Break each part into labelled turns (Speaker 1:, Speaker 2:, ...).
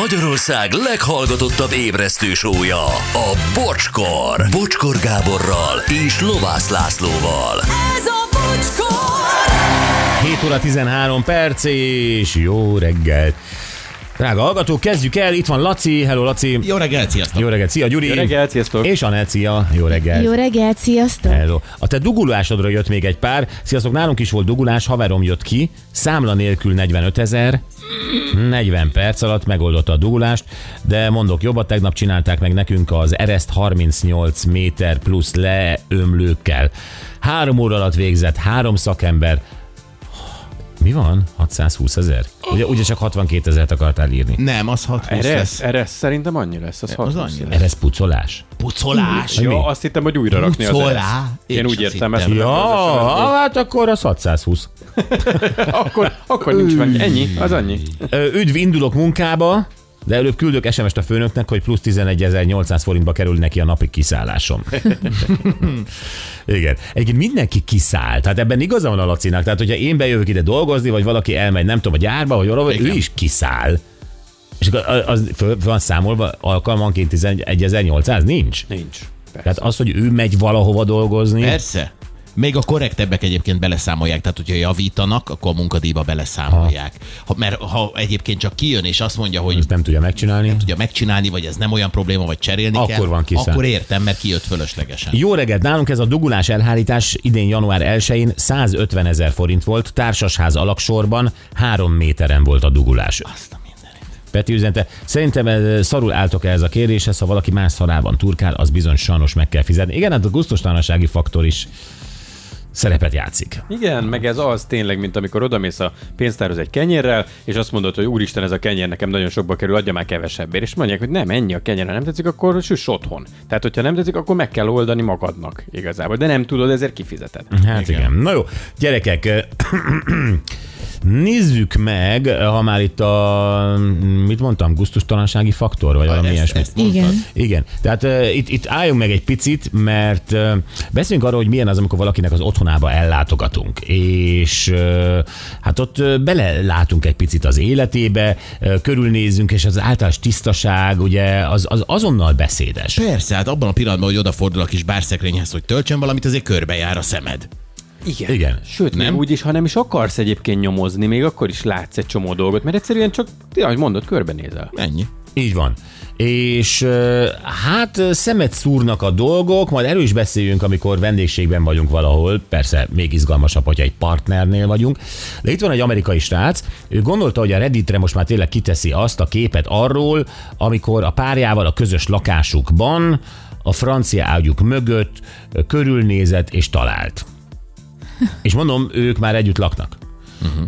Speaker 1: Magyarország leghallgatottabb ébresztő sója, a Bocskor. Bocskor Gáborral és Lovász Lászlóval.
Speaker 2: Ez a bocskor!
Speaker 3: 7 óra 13 perc, és jó reggel. Drága hallgató, kezdjük el. Itt van Laci. Hello, Laci.
Speaker 4: Jó reggelt, sziasztok!
Speaker 3: Jó reggelt, szia Gyuri.
Speaker 5: Jó reggelt, sziasztok!
Speaker 3: És Anett, szia. Jó reggel.
Speaker 6: Jó reggelt, sziasztok!
Speaker 3: Hello. A te dugulásodra jött még egy pár. Sziasztok, nálunk is volt dugulás, haverom jött ki, számla nélkül 45 ezer, 40 perc alatt megoldotta a dugulást, de mondok jobbat, tegnap csinálták meg nekünk az ereszt 38 méter plusz leömlőkkel. Három óra alatt végzett, három szakember, mi van? 620 ezer? Ugye, ugye csak 62 ezeret akartál írni.
Speaker 4: Nem, az 620
Speaker 5: Erre,
Speaker 4: lesz.
Speaker 5: lesz. erre szerintem annyi lesz, az,
Speaker 4: Az
Speaker 5: 60
Speaker 4: annyi
Speaker 5: lesz.
Speaker 4: lesz.
Speaker 3: Eresz pucolás.
Speaker 4: Pucolás.
Speaker 3: Mi?
Speaker 5: Ja, azt hittem, hogy újra rakni az
Speaker 4: Pucolá.
Speaker 5: ereszt.
Speaker 4: Én
Speaker 5: Én úgy
Speaker 4: sem
Speaker 5: értem ezt.
Speaker 4: hittem.
Speaker 5: nem az esetben.
Speaker 3: Ja, hát akkor az 620.
Speaker 5: Akkor, akkor nincs meg. Ennyi, az annyi.
Speaker 3: Ö, Üdv, indulok munkába, de előbb küldök SMS-t a főnöknek, hogy plusz 11.800 forintba kerül neki a napi kiszállásom. Igen. Egyébként mindenki kiszáll. Tehát ebben igaza van a Lacinak. Tehát, hogyha én bejövök ide dolgozni, vagy valaki elmegy, nem tudom, a gyárba, vagy valahol, ő is kiszáll. És akkor az- az föl van számolva alkalmanként 11.800? Nincs.
Speaker 5: Nincs. Persze.
Speaker 3: Tehát az, hogy ő megy valahova dolgozni.
Speaker 4: Persze. Még a korrektebbek egyébként beleszámolják, tehát hogyha javítanak, akkor a munkadíjba beleszámolják. Ha, mert ha egyébként csak kijön és azt mondja, hogy
Speaker 3: Ezt nem tudja megcsinálni.
Speaker 4: tudja megcsinálni, vagy ez nem olyan probléma, vagy cserélni kell,
Speaker 3: Akkor van kiszáll.
Speaker 4: akkor értem, mert kijött fölöslegesen.
Speaker 3: Jó reggelt, nálunk ez a dugulás elhárítás idén január 1-én 150 ezer forint volt, társasház alaksorban 3 méteren volt a dugulás.
Speaker 4: Azt a mindenit.
Speaker 3: Peti üzente, szerintem eh, szarul álltok ehhez a kéréshez, ha valaki más szarában turkál, az bizony sajnos meg kell fizetni. Igen, hát a gusztustalansági faktor is szerepet játszik.
Speaker 5: Igen, meg ez az tényleg, mint amikor odamész a pénztárhoz egy kenyérrel, és azt mondod, hogy úristen, ez a kenyér nekem nagyon sokba kerül, adja már kevesebbért. És mondják, hogy nem, ennyi a kenyér, ha nem tetszik, akkor süss otthon. Tehát, hogyha nem tetszik, akkor meg kell oldani magadnak igazából. De nem tudod, ezért kifizeted.
Speaker 3: Hát igen. igen. Na jó, gyerekek, eh, nézzük meg, ha már itt a, mit mondtam, gusztustalansági faktor, vagy valami
Speaker 4: Ezt,
Speaker 3: ilyesmi.
Speaker 4: ezt mondtad.
Speaker 6: Igen.
Speaker 3: Igen, tehát uh, itt, itt álljunk meg egy picit, mert uh, beszéljünk arról, hogy milyen az, amikor valakinek az otthonába ellátogatunk, és uh, hát ott uh, belelátunk egy picit az életébe, uh, körülnézzünk, és az általános tisztaság, ugye, az, az azonnal beszédes.
Speaker 4: Persze, hát abban a pillanatban, hogy odafordul a kis bárszekrényhez, hogy töltsön valamit, azért körbejár a szemed.
Speaker 5: Igen.
Speaker 3: Igen.
Speaker 5: Sőt, nem? Még úgy is, ha nem is akarsz egyébként nyomozni, még akkor is látsz egy csomó dolgot, mert egyszerűen csak, ti, ahogy mondod, körbenézel.
Speaker 4: Ennyi.
Speaker 3: Így van. És ö, hát ö, szemet szúrnak a dolgok, majd erről is beszéljünk, amikor vendégségben vagyunk valahol, persze még izgalmasabb, hogyha egy partnernél vagyunk. De itt van egy amerikai srác, ő gondolta, hogy a Redditre most már tényleg kiteszi azt a képet arról, amikor a párjával a közös lakásukban, a francia ágyuk mögött ö, körülnézett és talált. És mondom, ők már együtt laknak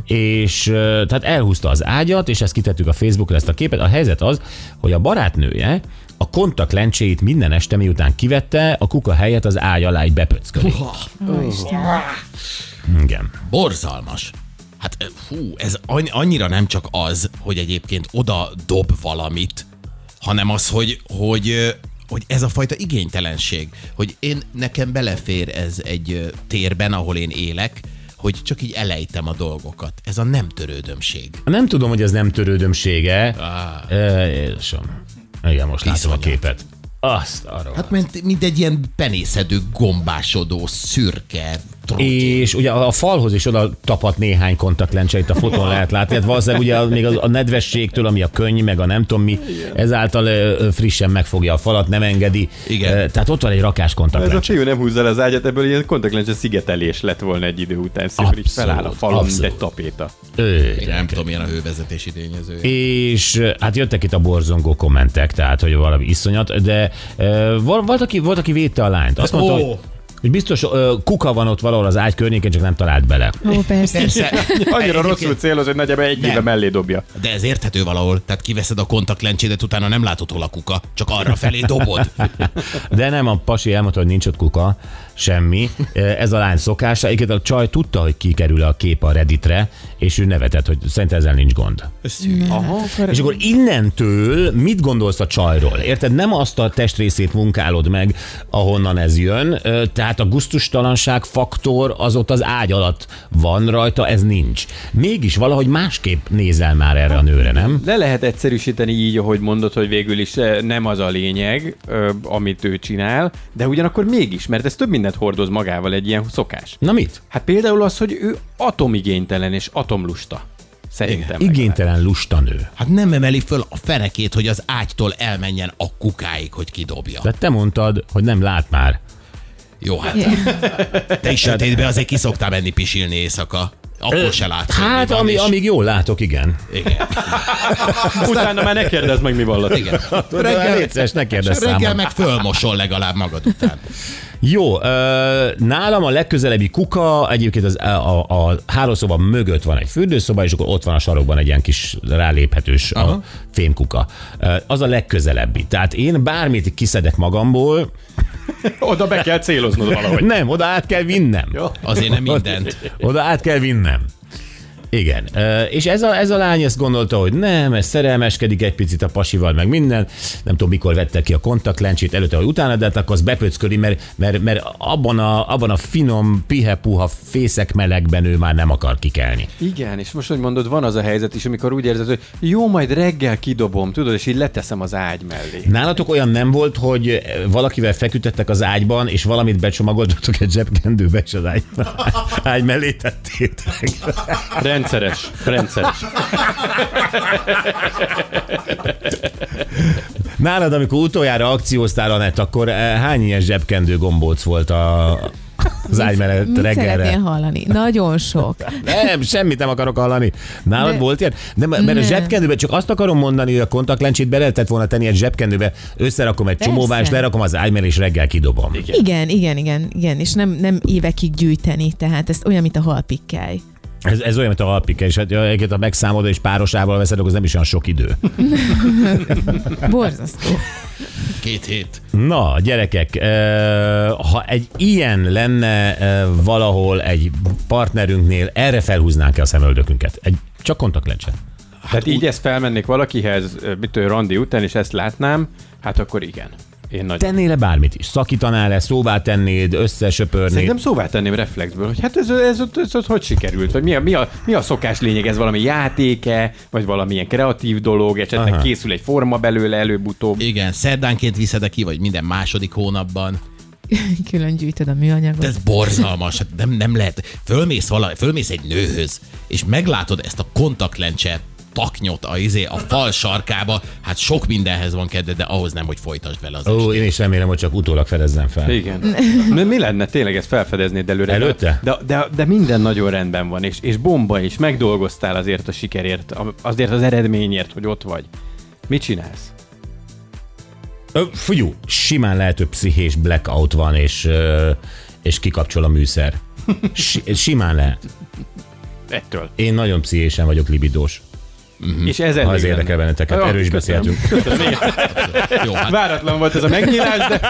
Speaker 3: és ö, tehát elhúzta az ágyat, és ezt kitettük a Facebookra ezt a képet. A helyzet az, hogy a barátnője a kontaktlencsét minden este, miután kivette, a kuka helyett az ágy alá egy bepöcköli. Igen.
Speaker 4: Borzalmas. Hát hú, ez anny- annyira nem csak az, hogy egyébként oda dob valamit, hanem az, hogy, hogy, ö, hogy ez a fajta igénytelenség, hogy én nekem belefér ez egy ö, térben, ahol én élek, hogy csak így elejtem a dolgokat. Ez a nem törődömség.
Speaker 3: Nem tudom, hogy ez nem törődömsége. Ö, Jézusom. Igen, most látom a
Speaker 4: Iszonyat.
Speaker 3: képet. Azt arról.
Speaker 4: Hát mint, mint egy ilyen penészedő, gombásodó, szürke trotyi.
Speaker 3: És ugye a a falhoz is oda tapadt néhány kontaktlencse, itt a fotón lehet látni. Hát valószínűleg ugye az- még az, a nedvességtől, ami a könny, meg a nem tudom mi, ezáltal ö, ö, frissen megfogja a falat, nem engedi.
Speaker 4: Igen.
Speaker 3: Ö, Tehát ott van egy rakás
Speaker 5: Ez a
Speaker 3: kontaktlencse.
Speaker 5: fiú nem húzza le az ágyat, ebből ilyen kontaktlencse szigetelés lett volna egy idő után, szépen így
Speaker 3: Abszolút,
Speaker 5: feláll a falon, mint
Speaker 3: abszolút.
Speaker 5: egy tapéta.
Speaker 3: Ö,
Speaker 4: Én nem tudom, milyen a hővezetési tényező.
Speaker 3: És ö, hát jöttek itt a borzongó kommentek, tehát hogy valami iszonyat, de ö, vol- volt, aki, volt, aki védte a lányt. Azt mondta,
Speaker 4: Ó.
Speaker 3: hogy, hogy biztos ö, kuka van ott valahol az ágy környékén, csak nem talált bele.
Speaker 6: Ó, persze.
Speaker 4: Persze.
Speaker 5: Annyira
Speaker 4: Egyébként-
Speaker 5: rosszul céloz, hogy nagyjából egy
Speaker 4: Nem.
Speaker 5: éve mellé dobja.
Speaker 4: De ez érthető valahol, tehát kiveszed a kontaktlencsédet, utána nem látod hol a kuka, csak arra felé dobod.
Speaker 3: De nem, a pasi elmondta, hogy nincs ott kuka, semmi. Ez a lány szokása. Egyébként a csaj tudta, hogy kikerül a kép a Redditre, és ő nevetett, hogy szerint ezzel nincs gond.
Speaker 5: Aha,
Speaker 3: És akkor innentől mit gondolsz a csajról? Érted? Nem azt a testrészét munkálod meg, ahonnan ez jön. Ö, Tehát Tehát a guztustalanság faktor az ott az ágy alatt van rajta, ez nincs. Mégis valahogy másképp nézel már erre a nőre, nem?
Speaker 5: Le lehet egyszerűsíteni így, ahogy mondod, hogy végül is eh, nem az a lényeg, ö, amit ő csinál, de ugyanakkor mégis, mert ez több mindent hordoz magával egy ilyen szokás.
Speaker 3: Na mit?
Speaker 5: Hát például az, hogy ő atomigénytelen és atomlusta. Szerintem.
Speaker 3: Igénytelen lusta nő.
Speaker 4: Hát nem emeli föl a fenekét, hogy az ágytól elmenjen a kukáig, hogy kidobja.
Speaker 3: De te mondtad, hogy nem lát már.
Speaker 4: Jó, hát te is sötétbe azért ki szoktál menni pisilni éjszaka. Akkor se látsz, hogy mi
Speaker 3: Hát,
Speaker 4: van,
Speaker 3: ami,
Speaker 4: és-
Speaker 3: amíg jól látok, igen.
Speaker 4: Igen.
Speaker 5: legalább. Utána már ne kérdezd meg, mi van ott. Igen.
Speaker 3: Reggel, hát Létszes, ne
Speaker 4: És
Speaker 3: kérdezz
Speaker 4: reggel
Speaker 3: számon.
Speaker 4: meg fölmosol legalább magad után.
Speaker 3: Jó, ö, nálam a legközelebbi kuka, egyébként az, a, a, a hálószoba mögött van egy fürdőszoba, és akkor ott van a sarokban egy ilyen kis ráléphetős a fémkuka. Ö, az a legközelebbi. Tehát én bármit kiszedek magamból,
Speaker 5: Oda be kell céloznod valahogy.
Speaker 3: nem, oda át kell vinnem. Jó.
Speaker 4: Azért nem mindent.
Speaker 3: Oda át kell vinnem. Igen. Ö, És ez a, ez a lány ezt gondolta, hogy nem, ez szerelmeskedik egy picit a pasival, meg minden. Nem tudom, mikor vette ki a kontaktlencsét, előtte vagy utána, de hát akkor az bepöcköli, mert, mert, mert abban, a, abban a finom, pihepuha fészek melegben ő már nem akar kikelni.
Speaker 5: Igen, és most, hogy mondod, van az a helyzet is, amikor úgy érzed, hogy jó, majd reggel kidobom, tudod, és így leteszem az ágy mellé.
Speaker 3: Nálatok olyan nem volt, hogy valakivel feküdtettek az ágyban, és valamit becsomagoltatok egy zsebkendőbe, és az ágy, ágy mellé tettétek.
Speaker 5: Rendszeres, rendszeres.
Speaker 3: Nálad, amikor utoljára akcióztál, Anett, akkor eh, hány ilyen zsebkendő gombóc volt a, az ágy mellett
Speaker 6: Mit szeretnél
Speaker 3: reggelre?
Speaker 6: hallani? Nagyon sok.
Speaker 3: Nem, semmit nem akarok hallani. Nálad
Speaker 6: De-
Speaker 3: volt ilyen? Nem, mert a
Speaker 6: Nem.
Speaker 3: zsebkendőbe csak azt akarom mondani, hogy a kontaktlencsét be lehetett volna tenni egy zsebkendőbe, összerakom egy
Speaker 6: Persze.
Speaker 3: csomóvá, és lerakom az ágy mellé, és reggel kidobom.
Speaker 6: Igen, igen, igen, igen, és nem, nem évekig gyűjteni, tehát ez olyan, mint a halpikkely.
Speaker 3: Ez, ez olyan, mint a halpike, és hát, ja, egyébként, ha megszámolod és párosával veszed, akkor az nem is olyan sok idő.
Speaker 6: Borzasztó.
Speaker 4: Két hét.
Speaker 3: Na, gyerekek, ö, ha egy ilyen lenne ö, valahol egy partnerünknél, erre felhúznánk-e a szemöldökünket? Egy, csak kontaktlencse.
Speaker 5: Tehát így ezt felmennék valakihez, ö, mit tudom, randi után, és ezt látnám, hát akkor igen. Én nagy.
Speaker 3: Tennél-e bármit is? Szakítanál-e, szóvá tennéd, összesöpörnéd?
Speaker 5: Szerintem szóvá tenném reflexből, hogy hát ez, ez, ez, ez, ez hogy sikerült, vagy mi a, mi, a, mi a szokás lényeg, ez valami játéke, vagy valamilyen kreatív dolog, esetleg Aha. készül egy forma belőle előbb-utóbb.
Speaker 4: Igen, szerdánként viszed ki, vagy minden második hónapban.
Speaker 6: Külön gyűjtöd a
Speaker 4: De
Speaker 6: műanyagot.
Speaker 4: ez borzalmas, hát nem, nem lehet. Fölmész, vala, fölmész egy nőhöz, és meglátod ezt a kontaktlencse taknyot a, izé, a fal sarkába, hát sok mindenhez van kedve, de ahhoz nem, hogy folytasd vele az
Speaker 3: Ó,
Speaker 4: estét.
Speaker 3: én is remélem, hogy csak utólag fedezzem fel.
Speaker 5: Igen. De mi lenne tényleg ezt felfedeznéd előre?
Speaker 3: Előtte?
Speaker 5: De, de, de minden nagyon rendben van, és, és bomba is, megdolgoztál azért a sikerért, a- azért az eredményért, hogy ott vagy. Mit csinálsz?
Speaker 3: Ö, Figyú, simán lehet, hogy pszichés blackout van, és, ö, és kikapcsol a műszer. Si- simán lehet.
Speaker 5: Ettől.
Speaker 3: Én nagyon pszichésen vagyok libidós.
Speaker 5: Mm. És ez elég
Speaker 3: Ha
Speaker 5: lenne.
Speaker 3: ez Mhm. érdekel benneteket,
Speaker 5: Jó,
Speaker 3: erről is
Speaker 5: köszönöm.
Speaker 3: beszéltünk.
Speaker 4: Jó, hát
Speaker 5: Váratlan volt ez a megnyilás, de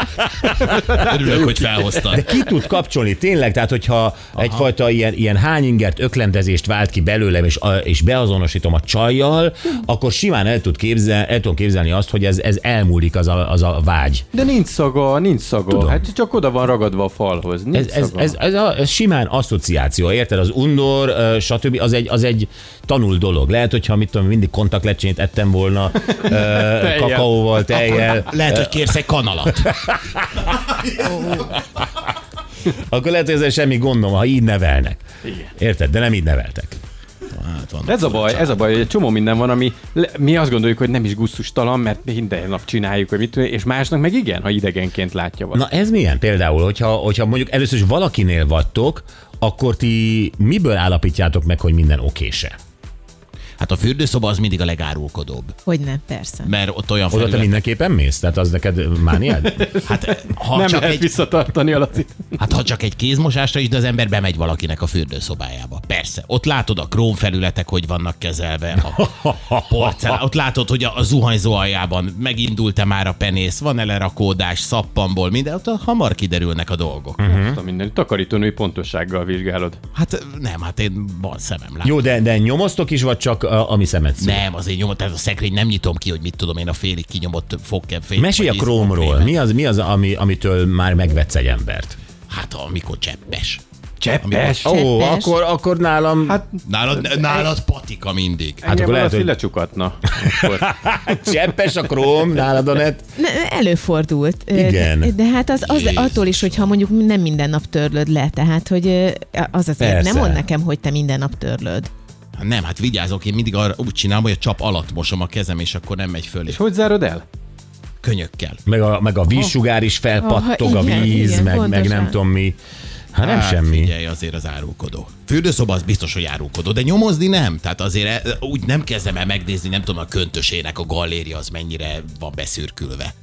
Speaker 4: örülök, hogy felhoztad.
Speaker 3: ki tud kapcsolni tényleg, tehát hogyha Aha. egyfajta ilyen, ilyen hányingert, öklendezést vált ki belőlem, és, a- és beazonosítom a csajjal, akkor simán el, tud képzel, el tudom képzelni azt, hogy ez, ez elmúlik az a, az a vágy.
Speaker 5: De nincs szaga, nincs szaga. Tudom. Hát csak oda van ragadva a falhoz. Nincs
Speaker 3: Ez, ez,
Speaker 5: szaga.
Speaker 3: ez, ez, a, ez simán asszociáció, érted? Az undor, ö, stb. Az egy, az egy tanul dolog. Lehet, hogyha mit tudom, mindig kontaktlecsét ettem volna, ö, kakaóval, tejjel,
Speaker 4: Lehet, hogy kérsz egy kanalat.
Speaker 3: akkor lehet, hogy ezzel semmi gondom, ha így nevelnek. Érted? De nem így neveltek.
Speaker 4: Hát van.
Speaker 5: Ez a baj, ez a baj, hogy egy csomó minden van, ami le, mi azt gondoljuk, hogy nem is gusztustalan, mert minden nap csináljuk, hogy mit tudom én, és másnak meg igen, ha idegenként látja valaki.
Speaker 3: Na ez milyen például, hogyha, hogyha mondjuk először is valakinél vagytok, akkor ti miből állapítjátok meg, hogy minden okése?
Speaker 4: Hát a fürdőszoba az mindig a legárulkodóbb,
Speaker 6: Hogy nem, persze.
Speaker 4: mert ott olyan
Speaker 3: Oda te
Speaker 4: felület-
Speaker 3: mindenképpen mész? Tehát az neked mániád?
Speaker 4: Hát, ha
Speaker 5: Nem
Speaker 4: csak
Speaker 5: lehet
Speaker 4: egy
Speaker 5: visszatartani a lacit.
Speaker 4: Hát ha csak egy kézmosásra is, de az ember bemegy valakinek a fürdőszobájába. Persze, ott látod a krómfelületek, hogy vannak kezelve, a porcelán, ott látod, hogy a, a zuhanyzó aljában megindult-e már a penész, van-e lerakódás, szappanból, minden, ott hamar kiderülnek a dolgok. Uh-huh.
Speaker 5: Azt a minden takarítónői pontossággal vizsgálod.
Speaker 4: Hát nem, hát én van szemem lát.
Speaker 3: Jó, de, de nyomoztok is, vagy csak a, ami szemed szól?
Speaker 4: Nem, azért nyomot, tehát a szekrény nem nyitom ki, hogy mit tudom én a félig kinyomott izé- fogkem fél.
Speaker 3: Mesélj a krómról. Mi az, mi az ami, amitől már megvetsz egy embert?
Speaker 4: Hát amikor cseppes.
Speaker 5: Cseppes.
Speaker 3: Ó,
Speaker 5: Oh,
Speaker 3: oh,
Speaker 6: Cseppes.
Speaker 3: akkor, akkor nálam... Hát,
Speaker 4: Nálad, nálad patika mindig.
Speaker 3: hát akkor lehet,
Speaker 5: hogy...
Speaker 3: hogy
Speaker 5: lecsukatna.
Speaker 3: Hát cseppes a króm, nálad a net.
Speaker 6: Ne, előfordult. Ö,
Speaker 3: Igen.
Speaker 6: De, de hát az, az
Speaker 4: Jézus.
Speaker 6: attól is, hogyha mondjuk nem minden nap törlöd le, tehát hogy ö, az azért
Speaker 3: Persze.
Speaker 6: nem mond nekem, hogy te minden nap törlöd.
Speaker 4: Hát Nem, hát vigyázok, én mindig arra úgy csinálom, hogy a csap alatt mosom a kezem, és akkor nem megy föl, és
Speaker 5: És hogy zárod el?
Speaker 4: könyökkel.
Speaker 3: Meg a, meg a vízsugár is felpattog,
Speaker 6: Aha,
Speaker 3: a
Speaker 6: igen,
Speaker 3: víz,
Speaker 6: igen,
Speaker 3: meg, meg nem
Speaker 6: pontosan.
Speaker 3: tudom mi. Hát nem
Speaker 4: Hát
Speaker 3: semmi.
Speaker 4: Figyelj, azért az árulkodó. Fürdőszoba az biztos, hogy árulkodó, de nyomozni nem. Tehát azért e- úgy nem kezdem el megnézni, nem tudom, a köntösének a galléria az mennyire van beszürkülve.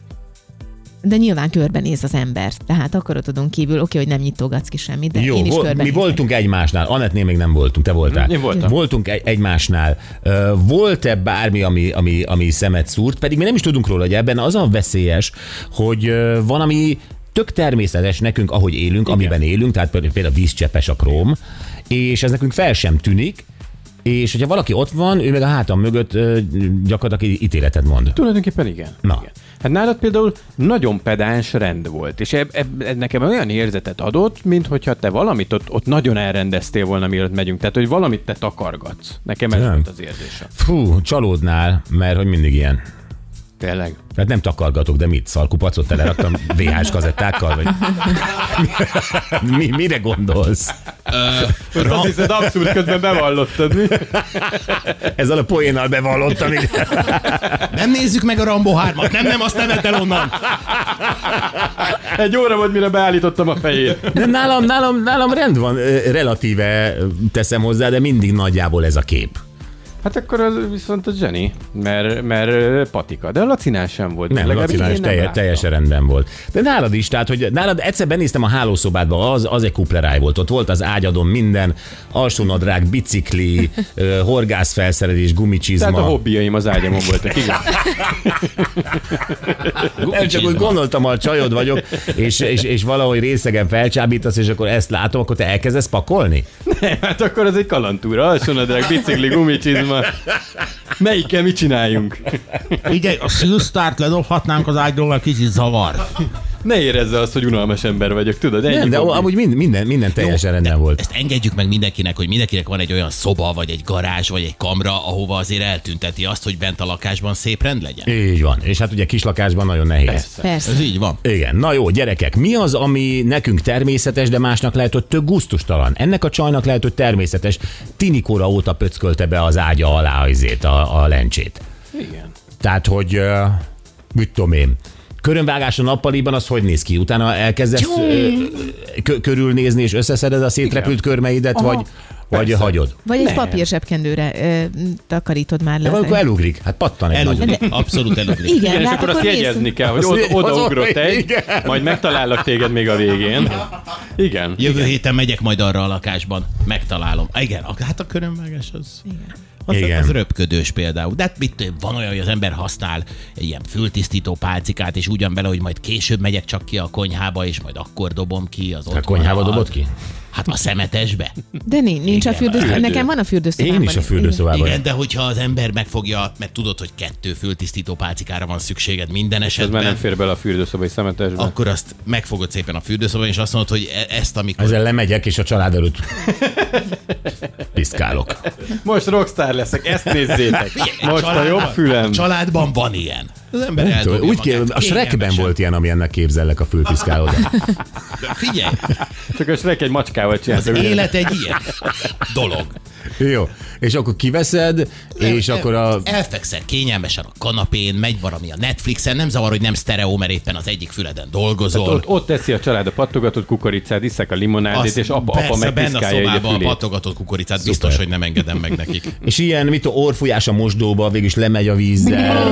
Speaker 6: De nyilván körbenéz az ember, tehát akaratodon kívül, oké, hogy nem nyitogatsz ki semmit, de
Speaker 3: Jó,
Speaker 6: én is
Speaker 3: vo- mi
Speaker 6: körbenézek.
Speaker 3: voltunk egymásnál, Anetnél még nem voltunk, te voltál. Hm.
Speaker 5: Én voltam.
Speaker 3: Voltunk egy- egymásnál. Ö, Volt-e bármi, ami, ami, ami szemet szúrt? Pedig mi nem is tudunk róla, hogy ebben az a veszélyes, hogy ö, van, ami tök természetes nekünk, ahogy élünk, amiben élünk, tehát például például vízcseppes a króm, és ez nekünk fel sem tűnik, és hogyha valaki ott van, ő meg a hátam mögött ö, gyakorlatilag ítéletet mond.
Speaker 5: Tulajdonképpen igen.
Speaker 3: Na.
Speaker 5: igen. Hát nálad például nagyon pedáns rend volt, és eb, eb, eb, nekem olyan érzetet adott, mint hogyha te valamit ott, ott nagyon elrendeztél volna, mielőtt megyünk. Tehát, hogy valamit te takargatsz. Nekem ez
Speaker 3: Nem.
Speaker 5: volt az érzésem.
Speaker 3: Fú, csalódnál, mert hogy mindig ilyen.
Speaker 5: Tényleg.
Speaker 3: Hát nem takargatok, de mit? Szarkupacot teleraktam VHS kazettákkal? Vagy... Mi, mire gondolsz?
Speaker 5: Most azt hiszed, abszolút közben bevallottad, mi?
Speaker 3: Ezzel a poénnal bevallottam. ide.
Speaker 4: Nem nézzük meg a Rambo 3-at, nem, nem, azt nem vedd el onnan.
Speaker 5: Egy óra volt, mire beállítottam a fejét.
Speaker 3: De nálam, nálam, nálam rend van, ö, relatíve ö, teszem hozzá, de mindig nagyjából ez a kép.
Speaker 5: Hát akkor az viszont a Jenny, mert, mert ö, patika. De a lacinál sem volt.
Speaker 3: Nem,
Speaker 5: Legalábbis
Speaker 3: Lacinál
Speaker 5: én
Speaker 3: is
Speaker 5: nem
Speaker 3: telje,
Speaker 5: láttam.
Speaker 3: teljesen rendben volt. De nálad is, tehát, hogy nálad egyszer benéztem a hálószobádba, az, az egy kupleráj volt. Ott volt az ágyadon minden, alsónadrág, bicikli, ö, horgászfelszerelés, gumicsizma.
Speaker 5: Tehát a hobbiaim az ágyamon voltak, igen.
Speaker 3: Hát Nem, csak úgy gondoltam, ha a csajod vagyok, és, és, és valahogy részegen felcsábítasz, és akkor ezt látom, akkor te elkezdesz pakolni?
Speaker 5: Hát akkor ez egy kalantúra, alsónadrág, bicikli, gumicsizma. Melyikkel mit csináljunk?
Speaker 4: Figyelj, a szűztárt ledobhatnánk az ágyról, mert kicsit zavar.
Speaker 5: Ne érezze azt, hogy unalmas ember vagyok, tudod? Ennyi
Speaker 3: Nem, de
Speaker 5: hobbi.
Speaker 3: amúgy mind, minden, minden teljesen rendben volt.
Speaker 4: Ezt engedjük meg mindenkinek, hogy mindenkinek van egy olyan szoba, vagy egy garázs, vagy egy kamra, ahova azért eltünteti azt, hogy bent a lakásban szép rend legyen.
Speaker 3: Így van. És hát ugye kislakásban nagyon nehéz.
Speaker 6: Persze.
Speaker 4: Ez így van.
Speaker 3: Igen, na jó, gyerekek, mi az, ami nekünk természetes, de másnak lehet, hogy tök gusztustalan? Ennek a csajnak lehet, hogy természetes. Tinikóra óta pöckölte be az ágya alá azért a, a lencsét.
Speaker 5: Igen.
Speaker 3: Tehát, hogy ö, mit tudom én, körönvágás a nappaliban az hogy néz ki? Utána elkezdesz ö, kö- körülnézni és összeszeded a szétrepült körmeidet, vagy, vagy hagyod?
Speaker 6: Vagy egy papír zsebkendőre ö, takarítod már le.
Speaker 3: De
Speaker 6: az
Speaker 3: akkor
Speaker 6: egy-
Speaker 3: elugrik, hát pattan egy nagyot.
Speaker 4: Elugrik, abszolút elugrik.
Speaker 6: Igen,
Speaker 5: Igen, és
Speaker 6: de hát
Speaker 5: akkor azt
Speaker 6: nézzük.
Speaker 5: jegyezni kell, hogy
Speaker 3: Azt
Speaker 5: oda,
Speaker 3: jegyezni-
Speaker 5: odaugrott egy,
Speaker 3: Igen.
Speaker 5: majd megtalállak téged még a végén. Igen.
Speaker 4: Jövő héten megyek majd arra a lakásban, megtalálom. Igen, a- hát a körömvágás az... Az,
Speaker 3: Igen.
Speaker 4: Igen. az röpködős például. De hát mit, tudom, van olyan, hogy az ember használ ilyen fültisztító pálcikát, és ugyan bele, hogy majd később megyek csak ki a konyhába, és majd akkor dobom ki az
Speaker 3: A
Speaker 4: otthon.
Speaker 3: konyhába dobod ki? Hát
Speaker 4: Hát a szemetesbe.
Speaker 6: De nincs, nincs a
Speaker 4: Igen,
Speaker 6: fürdőszobában.
Speaker 5: fürdő.
Speaker 6: Nekem van a fürdőszobában.
Speaker 3: Én is a fürdőszobában.
Speaker 4: Igen, de hogyha az ember megfogja, mert tudod, hogy kettő fültisztító pálcikára van szükséged minden
Speaker 5: Ez már nem
Speaker 4: esetben,
Speaker 5: fér bele a fürdőszobai szemetesbe.
Speaker 4: akkor azt megfogod szépen a fürdőszobában, és azt mondod, hogy e- ezt amikor...
Speaker 3: Ezzel lemegyek, és a család előtt piszkálok.
Speaker 5: Most rockstar leszek, ezt nézzétek.
Speaker 4: Figyelj,
Speaker 5: Most a
Speaker 4: családban-
Speaker 5: jobb fülem.
Speaker 4: A családban van ilyen. Az ember
Speaker 3: Tudom,
Speaker 4: eldobja
Speaker 3: Úgy
Speaker 4: Hát magát.
Speaker 3: kér, a Shrekben
Speaker 4: Kényelmesen.
Speaker 3: volt ilyen, ami ennek képzellek a fülpiszkálódat.
Speaker 4: Figyelj,
Speaker 5: Csak a Shrek egy macskával
Speaker 4: az
Speaker 5: csinálta.
Speaker 4: élet egy ilyen dolog.
Speaker 3: Jó, és akkor kiveszed, és
Speaker 4: Nem,
Speaker 3: akkor
Speaker 4: nem.
Speaker 3: a...
Speaker 4: Elfekszel kényelmesen a kanapén, megy valami a Netflixen, nem zavar, hogy nem sztereó, mert éppen az egyik füleden dolgozol.
Speaker 5: Hát Ott, ott teszi a család a pattogatott kukoricát, iszek a limonádét,
Speaker 4: Azt
Speaker 5: és apa, apa
Speaker 4: persze
Speaker 5: meg
Speaker 4: benne a
Speaker 5: piszkálja így a
Speaker 4: szobában a
Speaker 5: fülét.
Speaker 4: patogatott kukoricát, biztos, hogy nem engedem meg nekik.
Speaker 3: És ilyen, mit tudom, orfújás a mosdóba, végül is lemegy a vízzel.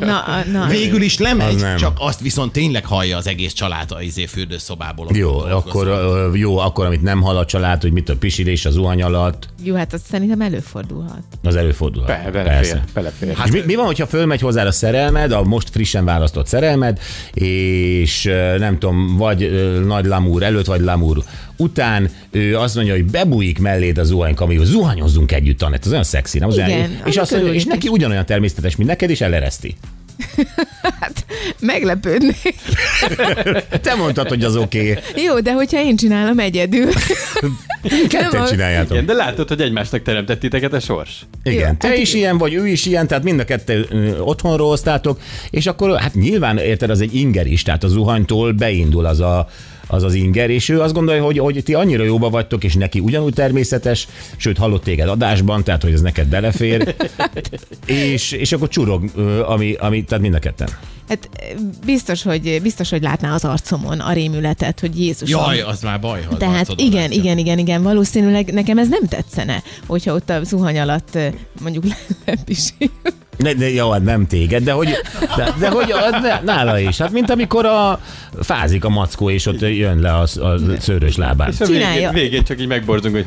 Speaker 6: Na, a- na.
Speaker 4: Végül is lemegy,
Speaker 3: nem.
Speaker 4: csak azt viszont tényleg hallja az egész család a izé fürdőszobából. ahol
Speaker 3: Jó,
Speaker 4: dolgozol.
Speaker 3: akkor, ö, jó, akkor amit nem hall a család, hogy mit a pisilés, az zuhany alatt,
Speaker 6: Jó, hát az szerintem előfordulhat.
Speaker 3: az előfordul.
Speaker 5: Be- Belefér, belefér.
Speaker 3: Hát, és mi, mi van, hogyha fölmegy hozzá a szerelmed, a most frissen választott szerelmed, és ö, nem tudom, vagy ö, nagy lamúr előtt, vagy lamúr után, ő azt mondja, hogy bebújik melléd a zuhanykamió, zuhanyozzunk együtt, Anett, az olyan szexi, nem? Az
Speaker 6: Igen,
Speaker 3: olyan,
Speaker 6: annak
Speaker 3: és, azt mondja,
Speaker 6: örülök
Speaker 3: és neki
Speaker 6: is.
Speaker 3: ugyanolyan természetes, mint neked, és elereszti.
Speaker 6: Hát, meglepődnék.
Speaker 3: Te mondtad, hogy az oké. Okay.
Speaker 6: Jó, de hogyha én csinálom egyedül.
Speaker 3: Ketten
Speaker 6: Nem, a-
Speaker 3: csináljátok.
Speaker 5: Igen, de látod, hogy egymásnak teremtett titeket a sors.
Speaker 3: Igen,
Speaker 6: Igen,
Speaker 3: te
Speaker 6: hát
Speaker 3: is ilyen vagy, ő is ilyen, tehát mind a kettő ö, otthonról osztátok, és akkor hát nyilván érted, az egy inger is, tehát a zuhanytól beindul az a, az az inger, és ő azt gondolja, hogy, hogy ti annyira jóba vagytok, és neki ugyanúgy természetes, sőt hallott téged adásban, tehát hogy ez neked belefér, és, és akkor csurog, ö, ami, ami, tehát mind a ketten.
Speaker 6: Hát biztos, hogy, biztos, hogy látná az arcomon a rémületet, hogy Jézusom.
Speaker 4: Jaj, az már baj, ha az
Speaker 6: Tehát
Speaker 4: arcodon
Speaker 6: igen,
Speaker 4: látja.
Speaker 6: igen, igen, igen, valószínűleg nekem ez nem tetszene, hogyha ott a zuhany alatt ö, mondjuk lepisíl.
Speaker 3: De, de jó, hát nem téged, de hogy, de, de hogy a- de, nála is. Hát mint amikor a, fázik a mackó, és ott jön le a, a szőrös lábán.
Speaker 5: És a végén,
Speaker 6: Csinálja.
Speaker 5: végén csak így megborzunk, hogy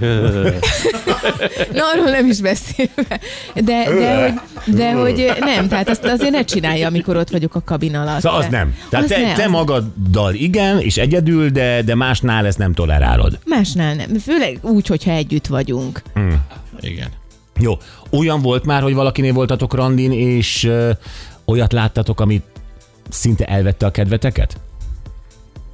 Speaker 6: Na, arról nem is beszélve. De, de, hogy, de hogy nem, tehát azt azért ne csinálja, amikor ott vagyok a kabin alatt.
Speaker 3: Szóval az nem. Tehát
Speaker 6: az
Speaker 3: te,
Speaker 6: ne,
Speaker 3: te
Speaker 6: az-
Speaker 3: magaddal igen, és egyedül, de, de másnál ezt nem tolerálod.
Speaker 6: Másnál nem. Főleg úgy, hogyha együtt vagyunk.
Speaker 4: igen.
Speaker 3: Jó. Olyan volt már, hogy valakinél voltatok randin, és ö, olyat láttatok, ami szinte elvette a kedveteket?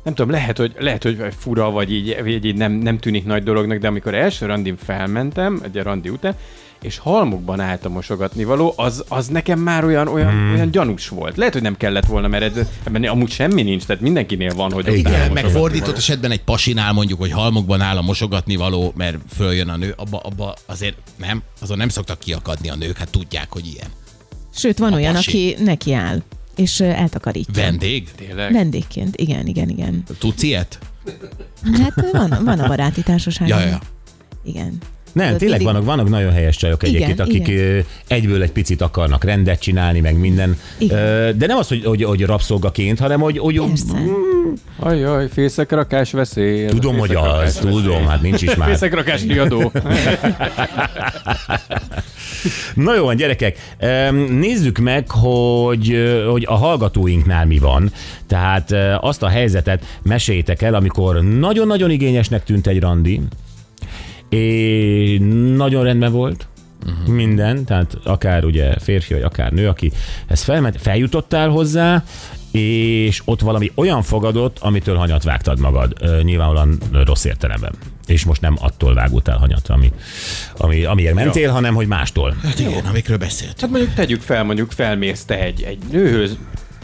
Speaker 5: Nem tudom, lehet, hogy, lehet, hogy fura, vagy így, vagy így nem, nem tűnik nagy dolognak, de amikor első randin felmentem, egy randi után, és halmukban állt a mosogatni való, az, az nekem már olyan, olyan, hmm. olyan gyanús volt. Lehet, hogy nem kellett volna, mert ez- ebben amúgy semmi nincs, tehát mindenkinél van, hogy ott áll
Speaker 4: Igen,
Speaker 5: a
Speaker 4: meg
Speaker 5: mosogatni
Speaker 4: fordított esetben egy pasinál mondjuk, hogy halmokban áll a mosogatni való, mert följön a nő, abba, abba azért nem, azon nem szoktak kiakadni a nők, hát tudják, hogy ilyen.
Speaker 6: Sőt, van
Speaker 4: A
Speaker 6: olyan,
Speaker 4: pasi.
Speaker 6: aki nekiáll, és ö, eltakarítja.
Speaker 4: Vendég?
Speaker 5: Tényleg.
Speaker 6: Vendégként, igen, igen, igen.
Speaker 4: Tudsz ilyet?
Speaker 6: Hát ö, van, van a baráti társaság.
Speaker 4: Ja, ja, ja.
Speaker 6: Igen.
Speaker 3: Nem,
Speaker 6: Tudod,
Speaker 3: tényleg
Speaker 6: mindig-
Speaker 3: vannak, vannak nagyon helyes csajok
Speaker 6: Igen,
Speaker 3: egyébként, akik igen. egyből egy picit akarnak rendet csinálni, meg minden.
Speaker 6: Igen.
Speaker 3: Ö, De nem az, hogy, hogy, hogy rabszolgaként, hanem hogy, hogy
Speaker 6: Persze.
Speaker 5: Ajaj, félszekrakás veszély. Ez a
Speaker 3: tudom, hogy
Speaker 5: félszekrakás
Speaker 3: az,
Speaker 5: veszély.
Speaker 3: tudom, hát nincs is már.
Speaker 5: Félszekrakás kiadó.
Speaker 3: Na jó van, gyerekek, Em, nézzük meg, hogy, ö, hogy a hallgatóinknál mi van. Tehát ö, azt a helyzetet meséljétek el, amikor nagyon-nagyon igényesnek tűnt egy randi, és nagyon rendben volt, Uh-huh. Minden, tehát akár ugye férfi, vagy akár nő, aki ezt felment, feljutottál hozzá, és ott valami olyan fogadott, amitől hanyat vágtad magad. Ö, nyilvánvalóan ö, rossz értelemben. És most nem attól vágultál hanyat, ami, ami, amiért mentél, hanem hogy mástól.
Speaker 4: Hát igen, amikről beszélt.
Speaker 5: Hát mondjuk tegyük fel, mondjuk felmész te egy, egy nőhöz,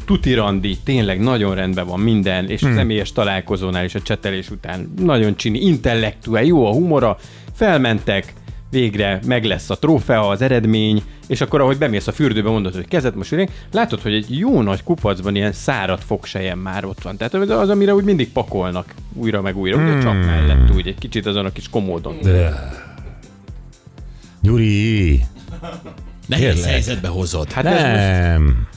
Speaker 5: tuti randi, tényleg nagyon rendben van minden, és hmm. személyes találkozónál és a csetelés után nagyon csini, intellektuál, jó a humora, felmentek, végre meg lesz a trófea, az eredmény, és akkor ahogy bemész a fürdőbe, mondod, hogy kezet most ülénk, látod, hogy egy jó nagy kupacban ilyen szárat fogsejem már ott van. Tehát az, az amire úgy mindig pakolnak újra meg újra, hmm. ugye csak mellett úgy, egy kicsit azon a kis komódon.
Speaker 3: Gyuri!
Speaker 4: Nehéz
Speaker 3: Tényleg.
Speaker 4: helyzetbe hozod. Hát
Speaker 5: Hát ez most,
Speaker 3: Nem,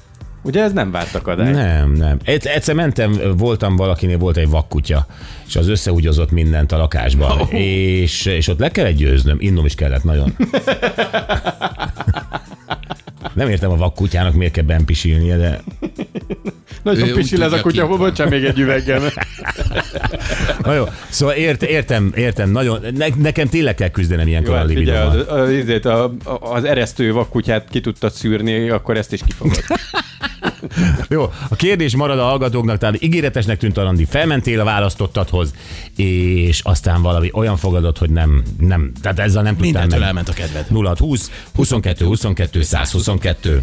Speaker 5: ugye ez nem várt akadály.
Speaker 3: nem, nem. Egy- Egyszer mentem, voltam valakinél, volt egy vakkutya, és az összehugyozott mindent a lakásban, oh. és, és ott le kellett győznöm, innom is kellett nagyon. Nem értem a vakkutyának miért kell bempisilnie, de
Speaker 5: Nagyon
Speaker 4: Ő
Speaker 5: pisil
Speaker 4: úgy
Speaker 5: ez a
Speaker 4: tudja,
Speaker 5: kutya,
Speaker 4: ki van.
Speaker 5: bocsánat, még egy üveggel. mert-
Speaker 3: Na jó, szóval ért, értem, értem, nagyon, ne, nekem tényleg kell küzdenem
Speaker 5: Jó,
Speaker 3: ilyenkor a
Speaker 5: hát figyelj,
Speaker 3: libidommal.
Speaker 5: az, az, izét, a, a- az eresztő vakkutyát ki tudtad szűrni, akkor ezt is kifogod.
Speaker 3: Jó, a kérdés marad a hallgatóknak, tehát ígéretesnek tűnt a randi, felmentél a választottadhoz, és aztán valami olyan fogadott, hogy nem, nem, tehát ezzel nem tudtál
Speaker 4: mindentől
Speaker 3: meg.
Speaker 4: elment a kedved.
Speaker 3: 0 20 22 22 122.